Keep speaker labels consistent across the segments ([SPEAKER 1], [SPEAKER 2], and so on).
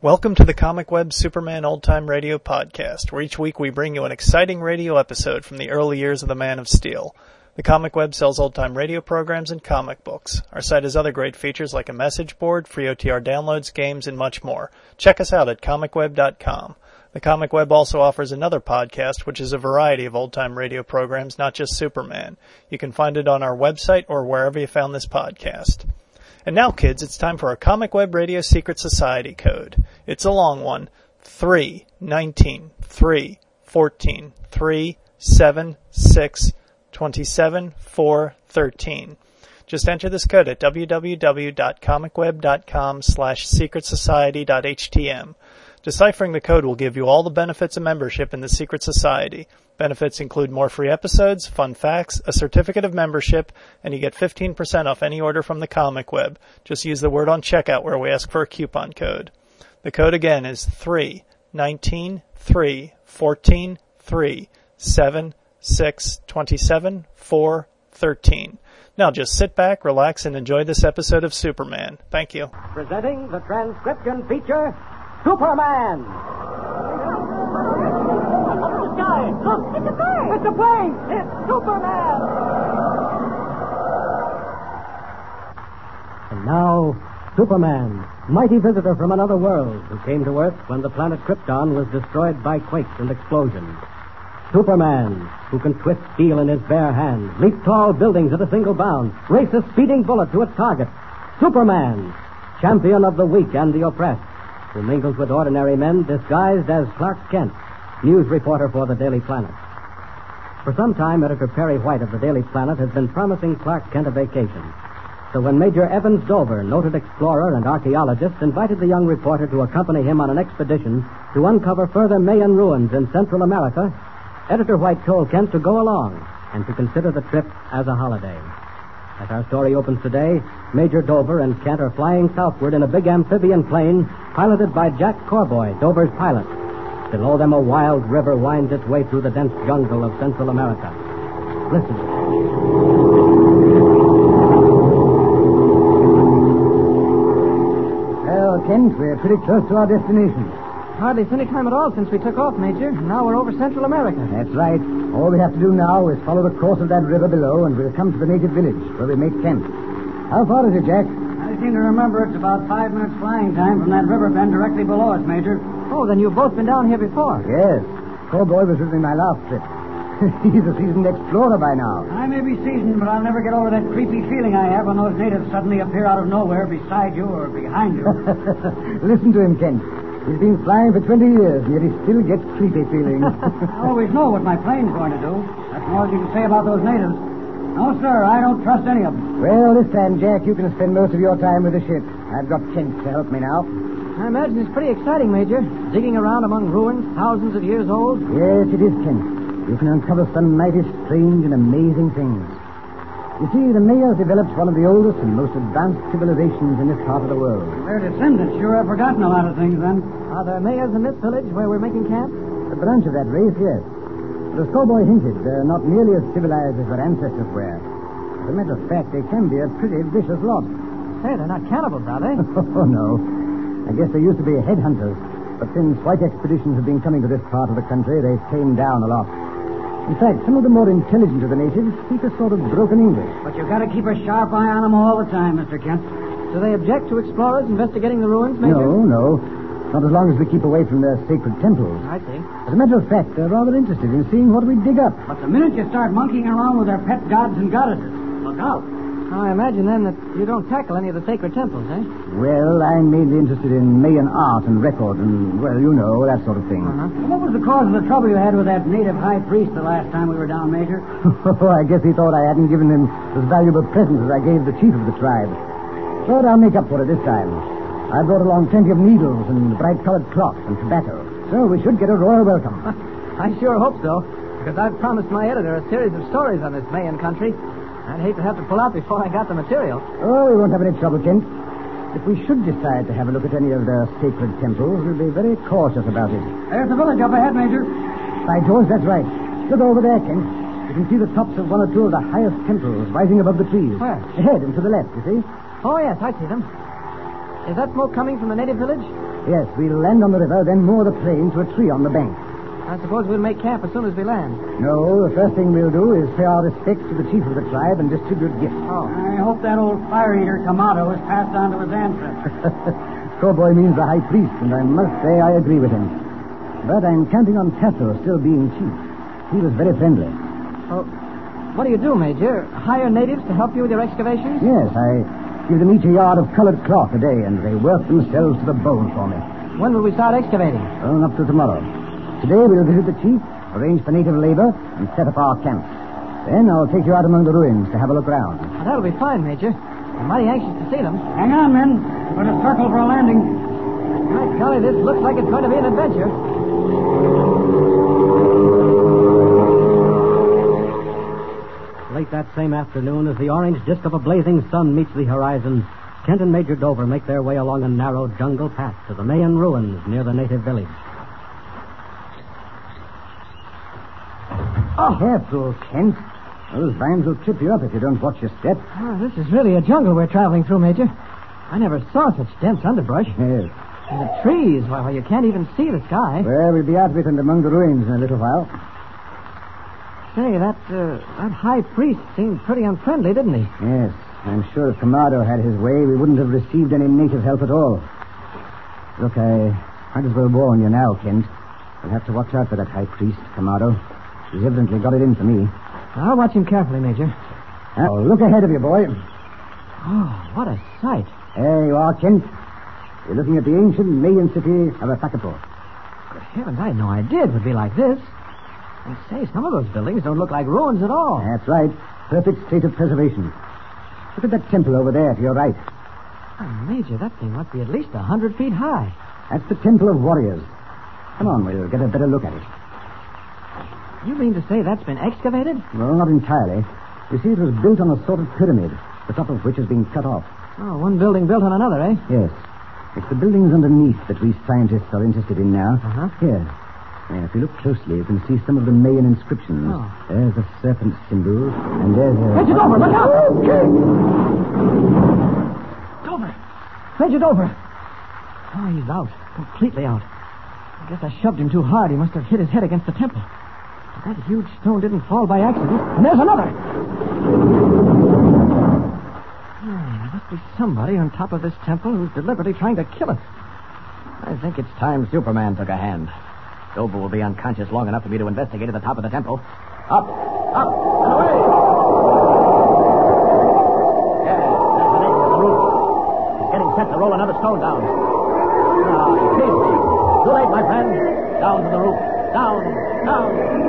[SPEAKER 1] Welcome to the Comic Web Superman Old Time Radio Podcast, where each week we bring you an exciting radio episode from the early years of the Man of Steel. The Comic Web sells old time radio programs and comic books. Our site has other great features like a message board, free OTR downloads, games, and much more. Check us out at comicweb.com. The Comic Web also offers another podcast, which is a variety of old time radio programs, not just Superman. You can find it on our website or wherever you found this podcast. And now, kids, it's time for our Comic Web Radio Secret Society code. It's a long one. 3, 19, 3, 14, 3, 7, 6, 27, 4, 13. Just enter this code at www.comicweb.com slash secretsociety.htm. Deciphering the code will give you all the benefits of membership in the Secret Society. Benefits include more free episodes, fun facts, a certificate of membership, and you get 15% off any order from the comic web. Just use the word on checkout where we ask for a coupon code. The code again is 3 19 3 14 3 7 6 27 4 13. Now just sit back, relax, and enjoy this episode of Superman. Thank you.
[SPEAKER 2] Presenting the transcription feature, Superman.
[SPEAKER 3] Sky, look, it's a bird. It's a plane. It's Superman.
[SPEAKER 2] And now, Superman, mighty visitor from another world who came to Earth when the planet Krypton was destroyed by quakes and explosions. Superman, who can twist steel in his bare hand, leap tall buildings at a single bound, race a speeding bullet to its target. Superman, champion of the weak and the oppressed, who mingles with ordinary men disguised as Clark Kent, news reporter for the Daily Planet. For some time, Editor Perry White of the Daily Planet has been promising Clark Kent a vacation. So when Major Evans Dover, noted explorer and archaeologist, invited the young reporter to accompany him on an expedition to uncover further Mayan ruins in Central America, Editor White told Kent to go along and to consider the trip as a holiday. As our story opens today, Major Dover and Kent are flying southward in a big amphibian plane piloted by Jack Corboy, Dover's pilot. Below them, a wild river winds its way through the dense jungle of Central America. Listen.
[SPEAKER 4] Well, Kent, we're pretty close to our destination.
[SPEAKER 5] Hardly any time at all since we took off, Major. Now we're over Central America.
[SPEAKER 4] That's right. All we have to do now is follow the course of that river below, and we'll come to the native village where we make camp. How far is it, Jack?
[SPEAKER 2] I seem to remember it's about five minutes flying time from that river bend directly below us, Major.
[SPEAKER 5] Oh, then you've both been down here before.
[SPEAKER 4] Yes. Poor boy was with me my last trip. He's a seasoned explorer by now.
[SPEAKER 2] I may be seasoned, but I'll never get over that creepy feeling I have when those natives suddenly appear out of nowhere beside you or behind you.
[SPEAKER 4] Listen to him, Kent. He's been flying for 20 years, and yet he still gets creepy feelings.
[SPEAKER 2] I always know what my plane's going to do. That's more than you can say about those natives. No, sir, I don't trust any of them.
[SPEAKER 4] well, this time, Jack, you can spend most of your time with the ship. I've got Kent to help me now.
[SPEAKER 5] I imagine it's pretty exciting, Major. Digging around among ruins thousands of years old.
[SPEAKER 4] Yes, it is, Kent. You can uncover some mighty strange and amazing things. You see, the Mayas developed one of the oldest and most advanced civilizations in this part of the world.
[SPEAKER 2] Their descendants sure have forgotten a lot of things then.
[SPEAKER 5] Are there mayors in this village where we're making camp?
[SPEAKER 4] A branch of that race, yes. But as Cowboy hinted, they're uh, not nearly as civilized as their ancestors were. As a matter of fact, they can be a pretty vicious lot.
[SPEAKER 5] Say, they're not cannibals, are they?
[SPEAKER 4] oh, no. I guess they used to be headhunters. But since white expeditions have been coming to this part of the country, they've tamed down a lot. In fact, some of the more intelligent of the natives speak a sort of broken English.
[SPEAKER 2] But you've got to keep a sharp eye on them all the time, Mr. Kent.
[SPEAKER 5] Do they object to explorers investigating the ruins, Major?
[SPEAKER 4] No, no. Not as long as we keep away from their sacred temples.
[SPEAKER 5] I see.
[SPEAKER 4] As a matter of fact, they're rather interested in seeing what we dig up.
[SPEAKER 2] But the minute you start monkeying around with their pet gods and goddesses, look out.
[SPEAKER 5] I imagine then that you don't tackle any of the sacred temples, eh?
[SPEAKER 4] Well, I'm mainly interested in Mayan art and record and, well, you know, that sort of thing.
[SPEAKER 2] What was the cause of the trouble you had with that native high priest the last time we were down, Major?
[SPEAKER 4] Oh, I guess he thought I hadn't given him as valuable present as I gave the chief of the tribe. But I'll make up for it this time. I brought along plenty of needles and bright-colored cloths and tobacco, so we should get a royal welcome.
[SPEAKER 5] I sure hope so, because I've promised my editor a series of stories on this Mayan country. I'd hate to have to pull out before I got the material.
[SPEAKER 4] Oh, we won't have any trouble, Kent. If we should decide to have a look at any of their sacred temples, we'll be very cautious about it.
[SPEAKER 2] There's the village up ahead, Major.
[SPEAKER 4] By George, that's right. Look over there, Kent. You can see the tops of one or two of the highest temples rising above the trees.
[SPEAKER 5] Where?
[SPEAKER 4] Ahead and to the left, you see.
[SPEAKER 5] Oh, yes, I see them. Is that smoke coming from the native village?
[SPEAKER 4] Yes, we'll land on the river, then moor the plane to a tree on the bank.
[SPEAKER 5] I suppose we'll make camp as soon as we land.
[SPEAKER 4] No, the first thing we'll do is pay our respects to the chief of the tribe and distribute gifts.
[SPEAKER 5] Oh.
[SPEAKER 2] I hope that old fire eater Kamado is passed on to his ancestors.
[SPEAKER 4] Cowboy means the high priest, and I must say I agree with him. But I'm counting on Tasso still being chief. He was very friendly.
[SPEAKER 5] oh. What do you do, Major? Hire natives to help you with your excavations?
[SPEAKER 4] Yes, I give them each a yard of colored cloth a day, and they work themselves to the bone for me.
[SPEAKER 5] When will we start excavating?
[SPEAKER 4] Well, up to tomorrow. Today we'll visit the chief, arrange for native labor, and set up our camp. Then I'll take you out among the ruins to have a look round.
[SPEAKER 5] Well, that'll be fine, Major. I'm mighty anxious to see them.
[SPEAKER 2] Hang on, men. We're to circle for a landing.
[SPEAKER 5] My golly, this looks like it's going to be an adventure.
[SPEAKER 2] Late that same afternoon, as the orange disk of a blazing sun meets the horizon, Kent and Major Dover make their way along a narrow jungle path to the Mayan ruins near the native village.
[SPEAKER 4] Oh, careful, Kent. Those vines will trip you up if you don't watch your step.
[SPEAKER 5] Oh, this is really a jungle we're traveling through, Major. I never saw such dense underbrush.
[SPEAKER 4] Yes.
[SPEAKER 5] And the trees, why, why, you can't even see the sky.
[SPEAKER 4] Well, we'll be out of it and among the ruins in a little while.
[SPEAKER 5] Say, that, uh, that high priest seemed pretty unfriendly, didn't he?
[SPEAKER 4] Yes. I'm sure if Kamado had his way, we wouldn't have received any native help at all. Look, I might as well warn you now, Kent. We'll have to watch out for that high priest, Kamado. He's evidently got it in for me.
[SPEAKER 5] I'll watch him carefully, Major.
[SPEAKER 4] Oh, look ahead of you, boy.
[SPEAKER 5] Oh, what a sight.
[SPEAKER 4] There you are, Kent. You're looking at the ancient Mayan city of Athakapo.
[SPEAKER 5] Good heavens, I had no idea it would be like this. And say, some of those buildings don't look like ruins at all.
[SPEAKER 4] That's right. Perfect state of preservation. Look at that temple over there to your right.
[SPEAKER 5] Oh, Major, that thing must be at least a hundred feet high.
[SPEAKER 4] That's the Temple of Warriors. Come on, we'll get a better look at it.
[SPEAKER 5] You mean to say that's been excavated?
[SPEAKER 4] Well, not entirely. You see, it was built on a sort of pyramid, the top of which has been cut off.
[SPEAKER 5] Oh, one building built on another, eh?
[SPEAKER 4] Yes. It's the buildings underneath that we scientists are interested in now.
[SPEAKER 5] Uh-huh.
[SPEAKER 4] Here. Yeah, if you look closely, you can see some of the Mayan inscriptions.
[SPEAKER 5] Oh.
[SPEAKER 4] There's a serpent symbol, and there's a...
[SPEAKER 5] Major Dover, look out! Dover! Major Dover! Oh, he's out. Completely out. I guess I shoved him too hard. He must have hit his head against the temple. But that huge stone didn't fall by accident. And there's another! Hmm, there must be somebody on top of this temple who's deliberately trying to kill us. I think it's time Superman took a hand. Dover will be unconscious long enough for me to investigate at the top of the temple. Up, up, and away! Yeah, that's the name of the roof. He's getting set to roll another stone down. Ah, he sees me. Too late, my friend. Down to the roof. Down, down.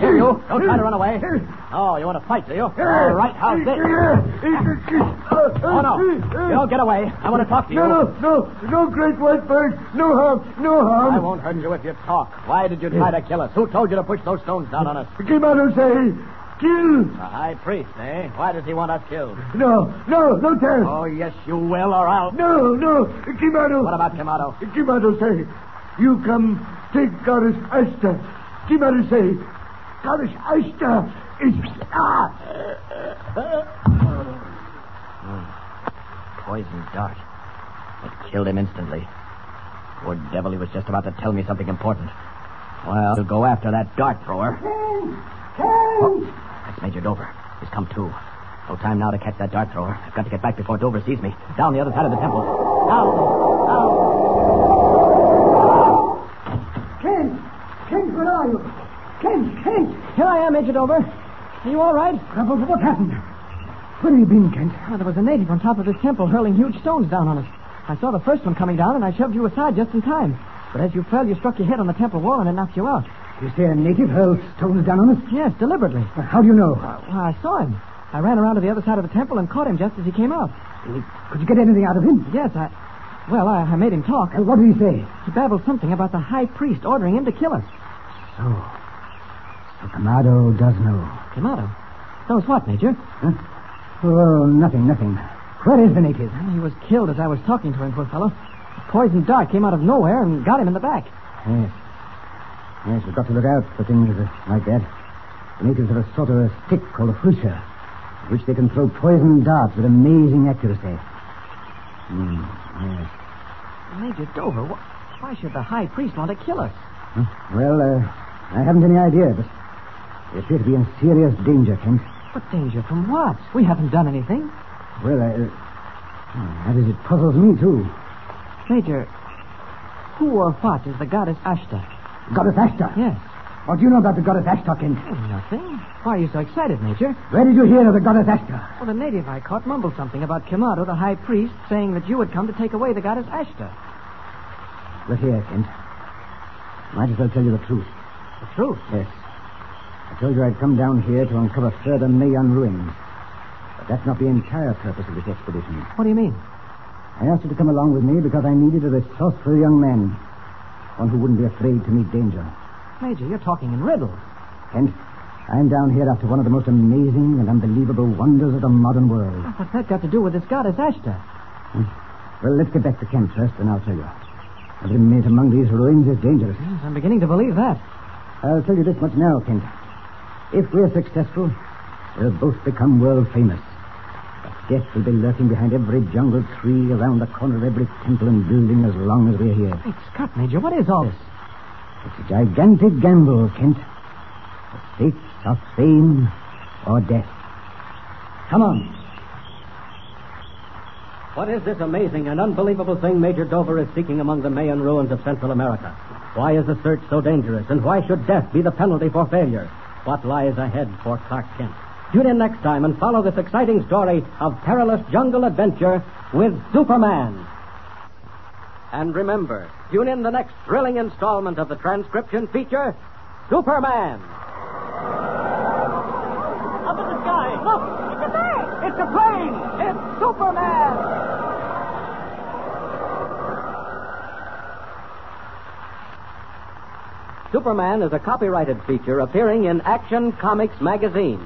[SPEAKER 5] Here, you. Don't try to run away. Oh, you want to fight, do you? All right, how's this? Oh, no. You don't get away. I want to talk to you.
[SPEAKER 6] no, no, great white bird. No harm, no harm.
[SPEAKER 5] I won't hurt you if you talk. Why did you try to kill us? Who told you to push those stones down on us?
[SPEAKER 6] Came out and say, kill.
[SPEAKER 5] The high priest, eh? Why does he want us killed?
[SPEAKER 6] No, no, no, tell.
[SPEAKER 5] Oh, yes, you will, or I'll.
[SPEAKER 6] No, no, Kimado.
[SPEAKER 5] What about Kamado?
[SPEAKER 6] Kimado say, you come take Goddess Asta. Kimado say, Goddess Asta is... Ah!
[SPEAKER 5] Poison dart. It killed him instantly. Poor devil, he was just about to tell me something important. Well, to go after that dart thrower. Oh, that's Major Dover. He's come to. No time now to catch that dart thrower. I've got to get back before Dover sees me. Down the other side of the temple. Down, down.
[SPEAKER 6] Kent, Kent, where are you? Kent, Kent.
[SPEAKER 5] Here I am, Major Dover. Are you all right?
[SPEAKER 6] What happened? Where have you been, Kent?
[SPEAKER 5] Oh, there was a native on top of this temple hurling huge stones down on us. I saw the first one coming down, and I shoved you aside just in time. But as you fell, you struck your head on the temple wall, and it knocked you out.
[SPEAKER 4] You say a native hurls stones down on us?
[SPEAKER 5] Yes, deliberately. Ah,
[SPEAKER 4] How do you know?
[SPEAKER 5] Well, I saw him. I ran around to the other side of the temple and caught him just as he came out.
[SPEAKER 4] Could you get anything out of him?
[SPEAKER 5] Yes, I. Well, I, I made him talk.
[SPEAKER 4] And what did he say?
[SPEAKER 5] He babbled something about the high priest ordering him to kill us.
[SPEAKER 4] So, so Kamado does know.
[SPEAKER 5] Kamado. Knows what, Major?
[SPEAKER 4] Huh? Oh, nothing, nothing. Where is the native?
[SPEAKER 5] Well, he was killed as I was talking to him, poor fellow. A poisoned dart came out of nowhere and got him in the back.
[SPEAKER 4] Yes. Yes, we've got to look out for things like that. The natives have a sort of a stick called a fuchsia, with which they can throw poison darts with amazing accuracy. Hmm. Yes.
[SPEAKER 5] Major Dover, wh- why should the high priest want to kill us?
[SPEAKER 4] Huh? Well, uh, I haven't any idea, but we appear to be in serious danger, Kent.
[SPEAKER 5] What danger from what? We haven't done anything.
[SPEAKER 4] Well, I, uh, hmm, that is, it puzzles me, too.
[SPEAKER 5] Major, who or what is the goddess Ashta?
[SPEAKER 4] Goddess Ashtar.
[SPEAKER 5] Yes.
[SPEAKER 4] What do you know about the goddess Ashtar, Kent?
[SPEAKER 5] Nothing. Why are you so excited, Major?
[SPEAKER 4] Where did you hear of the goddess Ashtar?
[SPEAKER 5] Well, the native I caught mumbled something about Kimado, the high priest, saying that you had come to take away the goddess Ashta.
[SPEAKER 4] Look here, Kent. Might as well tell you the truth.
[SPEAKER 5] The truth.
[SPEAKER 4] Yes. I told you I'd come down here to uncover further Mayan ruins. But that's not the entire purpose of this expedition.
[SPEAKER 5] What do you mean?
[SPEAKER 4] I asked you to come along with me because I needed a resourceful young man. One who wouldn't be afraid to meet danger.
[SPEAKER 5] Major, you're talking in riddles.
[SPEAKER 4] Kent, I'm down here after one of the most amazing and unbelievable wonders of the modern world.
[SPEAKER 5] What's that got to do with this goddess Ashta?
[SPEAKER 4] Well, let's get back to camp first, and I'll tell you. Every minute among these ruins is dangerous.
[SPEAKER 5] Yes, I'm beginning to believe that.
[SPEAKER 4] I'll tell you this much now, Kent. If we're successful, we'll both become world famous. But death will be lurking behind every jungle tree, around the corner of every temple and building as long as we're here.
[SPEAKER 5] Great Scott, Major, what is all this?
[SPEAKER 4] It's a gigantic gamble, Kent. The stakes are fame or death. Come on.
[SPEAKER 2] What is this amazing and unbelievable thing Major Dover is seeking among the Mayan ruins of Central America? Why is the search so dangerous, and why should death be the penalty for failure? What lies ahead for Clark Kent? Tune in next time and follow this exciting story of perilous jungle adventure with Superman. And remember, tune in the next thrilling installment of the transcription feature, Superman.
[SPEAKER 3] Up in the sky. Look, it's a bird. It's a plane. It's Superman.
[SPEAKER 2] Superman is a copyrighted feature appearing in Action Comics magazine.